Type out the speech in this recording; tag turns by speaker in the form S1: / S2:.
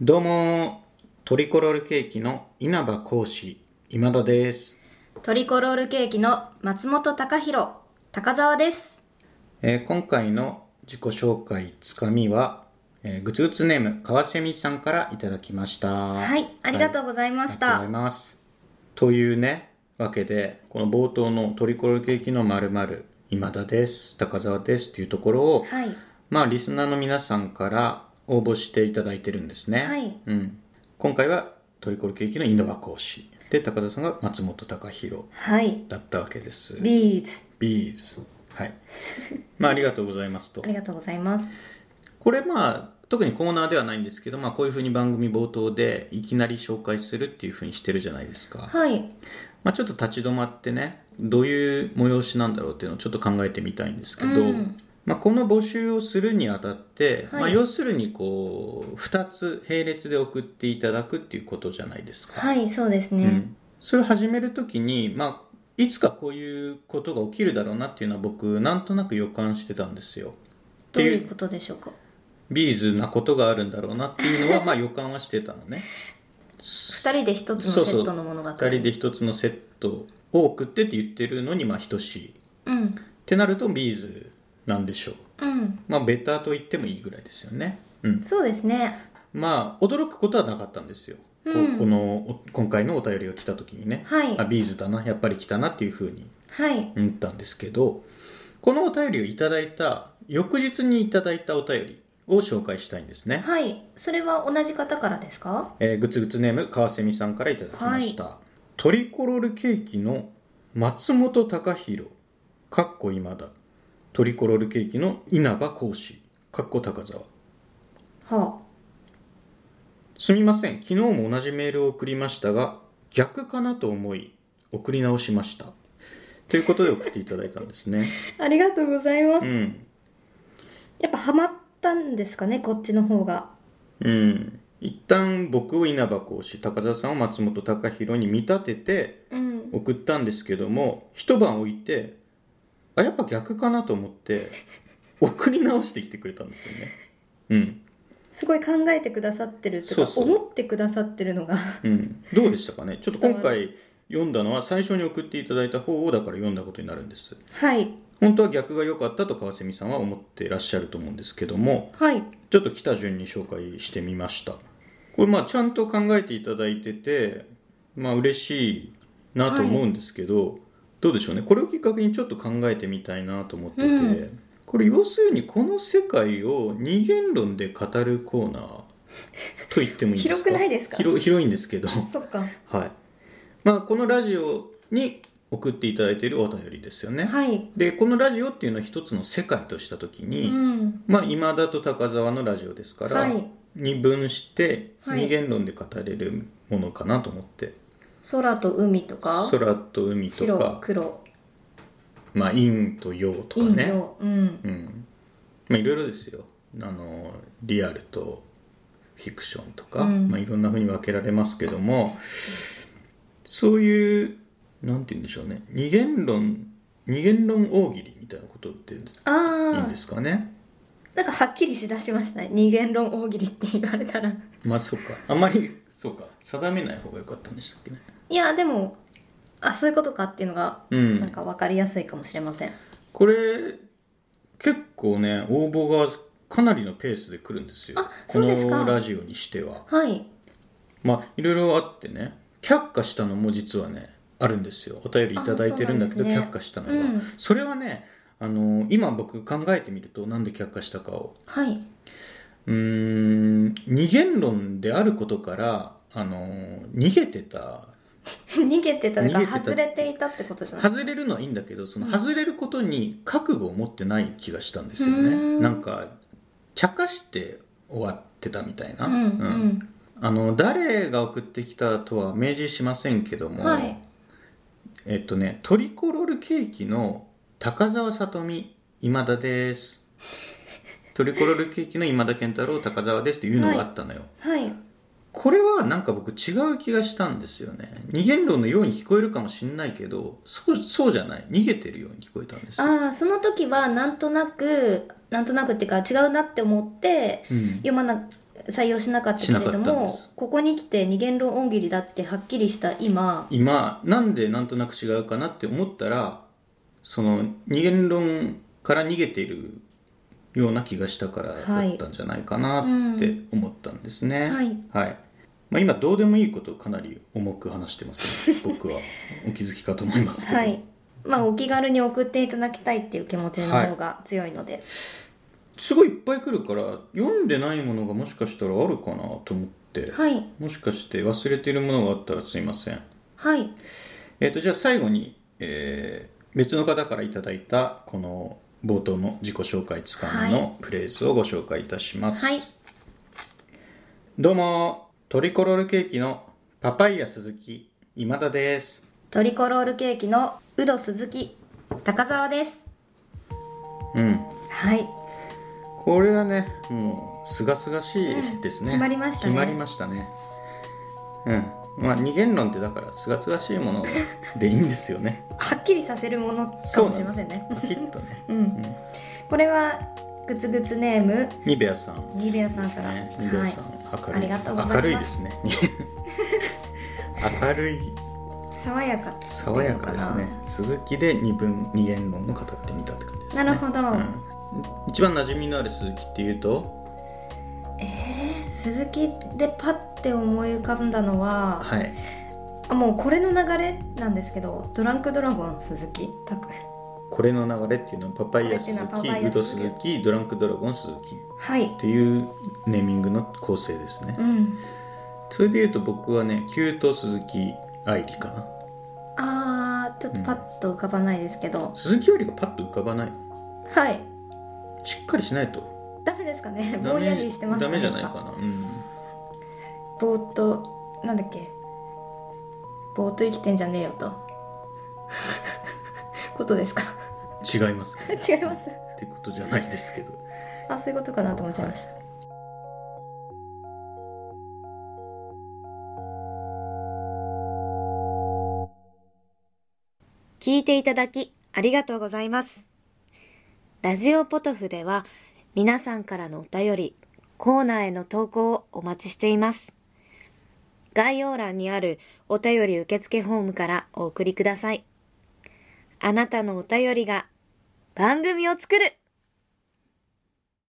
S1: どうも、トリコロールケーキの稲葉講師、今田です。
S2: トリコロールケーキの松本隆弘高澤です
S1: えー今回の自己紹介つかみは、えーグツグツネーム、川瀬美さんからいただきました。は
S2: はいありがとうございました、
S1: ありがとうございます。というね、わけで、この冒頭のトリコロールケーキの〇〇、今田です、高澤ですっていうところを、
S2: はい
S1: まあ、リスナーの皆さんから応募していただいてるんですね。
S2: はい
S1: うん、今回はトリコロケーキのインドバ講師。で、高田さんが松本隆弘
S2: はい
S1: だったわけです。
S2: ビーズ
S1: ビーズ。はい。 まあ、ありがとうございますと
S2: あ。りがとうございます
S1: これまあ、特にコーナーではないんですけど、まあ、こういうふうに番組冒頭でいきなり紹介するっていうふうにしてるじゃないですか。
S2: はい
S1: まあ、ちょっと立ち止まってねどういう催しなんだろうっていうのをちょっと考えてみたいんですけど、
S2: うん
S1: まあ、この募集をするにあたって、
S2: はい
S1: まあ、要するにこう2つ並列で送っていただくっていうことじゃないですか。
S2: はいそうです
S1: う
S2: ね
S1: ん、それを始める時に、まあ、いつかこういうことが起きるだろうなっていうのは僕なんとなく予感してたんですよ。って
S2: どう
S1: い
S2: いううことでしょうか
S1: ビーズなことがあるんだろうなっていうの はまあ予感はしてたのね。
S2: 二人で一つ
S1: そ
S2: の
S1: う
S2: セ
S1: そう
S2: ットのものが
S1: 2人で1つのセットを送ってって言ってるのにまあ等しい。
S2: うん
S1: ってなるとビーズなんでしょう
S2: うん
S1: まあベターと言ってもいいぐらいですよねうん
S2: そうですね
S1: まあ驚くことはなかったんですよ、こ
S2: うん
S1: このお今回のお便りが来た時にね、
S2: はい
S1: あビーズだなやっぱり来たなっていうふうに
S2: はい
S1: 思ったんですけどこのお便りをいただいた翌日にいただいたお便りを紹介したいんですね、
S2: はいそれは同じ方からですか
S1: えー、グツグツネーム川蝉さんからいただきました、トリコロールケーキの松本隆弘かっこ今だトリコロールケーキの稲葉講師かっこ高沢
S2: は
S1: すみません昨日も同じメールを送りましたが逆かなと思い送り直しましたということで送っていただいたんですね
S2: あありがとうございます、
S1: うん
S2: やっぱハマったんですかねこっちの方が
S1: うん一旦僕を稲葉講師高澤さんを松本隆弘に見立てて
S2: うん
S1: 送ったんですけども一晩置いてあやっぱ逆かなと思って送り直してきてくれたんですよねうん
S2: すごい考えてくださってると
S1: そう
S2: か
S1: そう
S2: 思ってくださってるのが
S1: うんどうでしたかねちょっと今回読んだのは最初に送っていただいた方をだから読んだことになるんです
S2: はい
S1: 本当は逆が良かったと川蝉さんは思っていらっしゃると思うんですけども
S2: はい
S1: ちょっと来た順に紹介してみましたこれまあちゃんと考えていただいててまあ嬉しいなと思うんですけど、どうでしょうねこれをきっかけにちょっと考えてみたいなと思ってて、
S2: うん
S1: これ要するにこの世界を二元論で語るコーナーと言ってもいいですか
S2: 広くないですか
S1: 広広いんですけど
S2: そっか
S1: はいまあこのラジオに送っていただいているお便りですよね、
S2: はい。
S1: でこのラジオっていうのは一つの世界とした時
S2: う
S1: に、
S2: ん。
S1: まあ今田と高沢のラジオですから、
S2: はい。
S1: 二分して
S2: はい
S1: 二元論で語れるものかなと思って、
S2: 空と海とか、
S1: 空と海と
S2: 白
S1: か、
S2: 黒、
S1: まあ、陰と陽とか
S2: 陰
S1: ね、
S2: 陽、うん。
S1: うんまあ、いろいろですよあのリアルとフィクションとか、
S2: うん
S1: まあ、いろんなふうに分けられますけどもそういうなんて言うんでしょうね二元論二元論大喜利みたいなことっていい
S2: あ
S1: ん
S2: あ
S1: で、すかね、
S2: なんかはっきりしだしましたね。二元論大喜利って言われ たら。
S1: まあそっかあんまりそうか定めない方が良かったんでしたっけね
S2: いや、でも、あ、そういうことかっていうのが、
S1: う
S2: なん
S1: ん
S2: かわかりやすいかもしれません。
S1: これ結構ね応募がかなりのペースで来るんですよ
S2: あ
S1: こ
S2: そうですか
S1: のラジオにしては
S2: はい。
S1: まあいろいろあってね却下したのも実はねあるんですよお便り頂いただいてるんだけど、
S2: あそうなんですね
S1: 却下したのが、
S2: うん
S1: それはねあの今僕考えてみるとなんで却下したかを
S2: はい。
S1: うーん二元論であることからあの逃げてた
S2: 逃げてたと
S1: 逃げ
S2: か、
S1: てた
S2: 外れていたってことじゃない
S1: 外れるのはいいんだけどその
S2: うん
S1: 外れることに覚悟を持ってない気がしたんですよ
S2: う
S1: ね
S2: ん
S1: なんか茶化して終わってたみたいな、
S2: うん、うん。
S1: あの誰が送ってきたとは明示しませんけども、
S2: はい。
S1: えっとねトリコロールケーキの高澤さとみ今田ですトリコロールケーキの今田健太郎高澤ですっていうのがあったのよ、
S2: はい。
S1: これはなんか僕違う気がしたんですよね二元論のように聞こえるかもしれないけどそうそうじゃない逃げてるように聞こえたんですよ
S2: ああ、その時は、なんとなく、なんとなくっていうか、違うなって思って、
S1: うん
S2: 読まな採用しなかったけれ
S1: し
S2: ど
S1: なかったん
S2: も
S1: です
S2: ここに来て二元論音切りだってはっきりした今
S1: 今なんでなんとなく違うかなって思ったらその二元論から逃げているような気がしたから
S2: は
S1: だ
S2: い
S1: ったんじゃないかなって思ったんですね。
S2: はい
S1: まあ、今どうでもいいことをかなり重く話してます、 ね、僕はお気づきかと思いますけど、
S2: はいまあお気軽に送っていただきたいっていう気持ちの方が強いので、
S1: すごいいっぱい来るから読んでないものがもしかしたらあるかなと思って、
S2: はい、
S1: もしかして忘れているものがあったらすいません。
S2: はい、
S1: えー、とじゃあ最後に、えー別の方からいただいたこの冒頭の自己紹介つかみ
S2: は
S1: のフレーズをご紹介いたします、
S2: はい
S1: どうもトリコロールケーキのパパイヤ鈴木今田です
S2: トリコロールケーキのウド鈴木高澤です
S1: うん
S2: はい
S1: これはねもうすがすがしいですね、
S2: うん決まりましたね
S1: 決まりましたねうんまあ二元論ってだからすがすがしいものでいいんですよね
S2: はっきりさせるもの かもしれませんね
S1: そうなんですきっとね
S2: うん、これはグツグツネーム
S1: ニベアさん
S2: ニベアさんから、
S1: ね、ニベアさん、明るい
S2: ありがとうございます
S1: 明るいです ね明るい
S2: はい、爽やかっていうのな
S1: 爽やかですね鈴木で二分二元論を語ってみたって感じですね
S2: なるほど
S1: うん一番馴染みのある鈴木っていうと
S2: 鈴木でパッて思い浮かんだのは、
S1: はい
S2: あもうこれの流れなんですけどドランクドラゴン鈴木 たく
S1: これの流れっていうのはパパイヤ鈴
S2: これっていう
S1: 木
S2: のはパパイヤ
S1: ウド
S2: 鈴木
S1: 鈴木ドランクドラゴン鈴木っ
S2: はい
S1: ていうネーミングの構成ですね、
S2: うん
S1: それでいうと僕はねキュート鈴木愛理かな
S2: あーちょっとパッと浮かばないですけど、
S1: 鈴木愛理がパッと浮かばない
S2: はい
S1: しっかりしないと
S2: ダメですかね
S1: ダ
S2: ぼんや
S1: メ
S2: りしてます
S1: ダメじゃない
S2: ん
S1: かな、うん、
S2: ぼーっとなんだっけぼーっと生きてんじゃねえよと ことですか
S1: 違いますけど
S2: 違います
S1: ってことじゃないですけど
S2: あそういうことかなと思っちゃいました、
S3: 聞いていただきありがとうございます。ラジオポトフでは皆さんからのお便り、コーナーへの投稿をお待ちしています。概要欄にあるお便り受付フォームからお送りください。あなたのお便りが番組を作る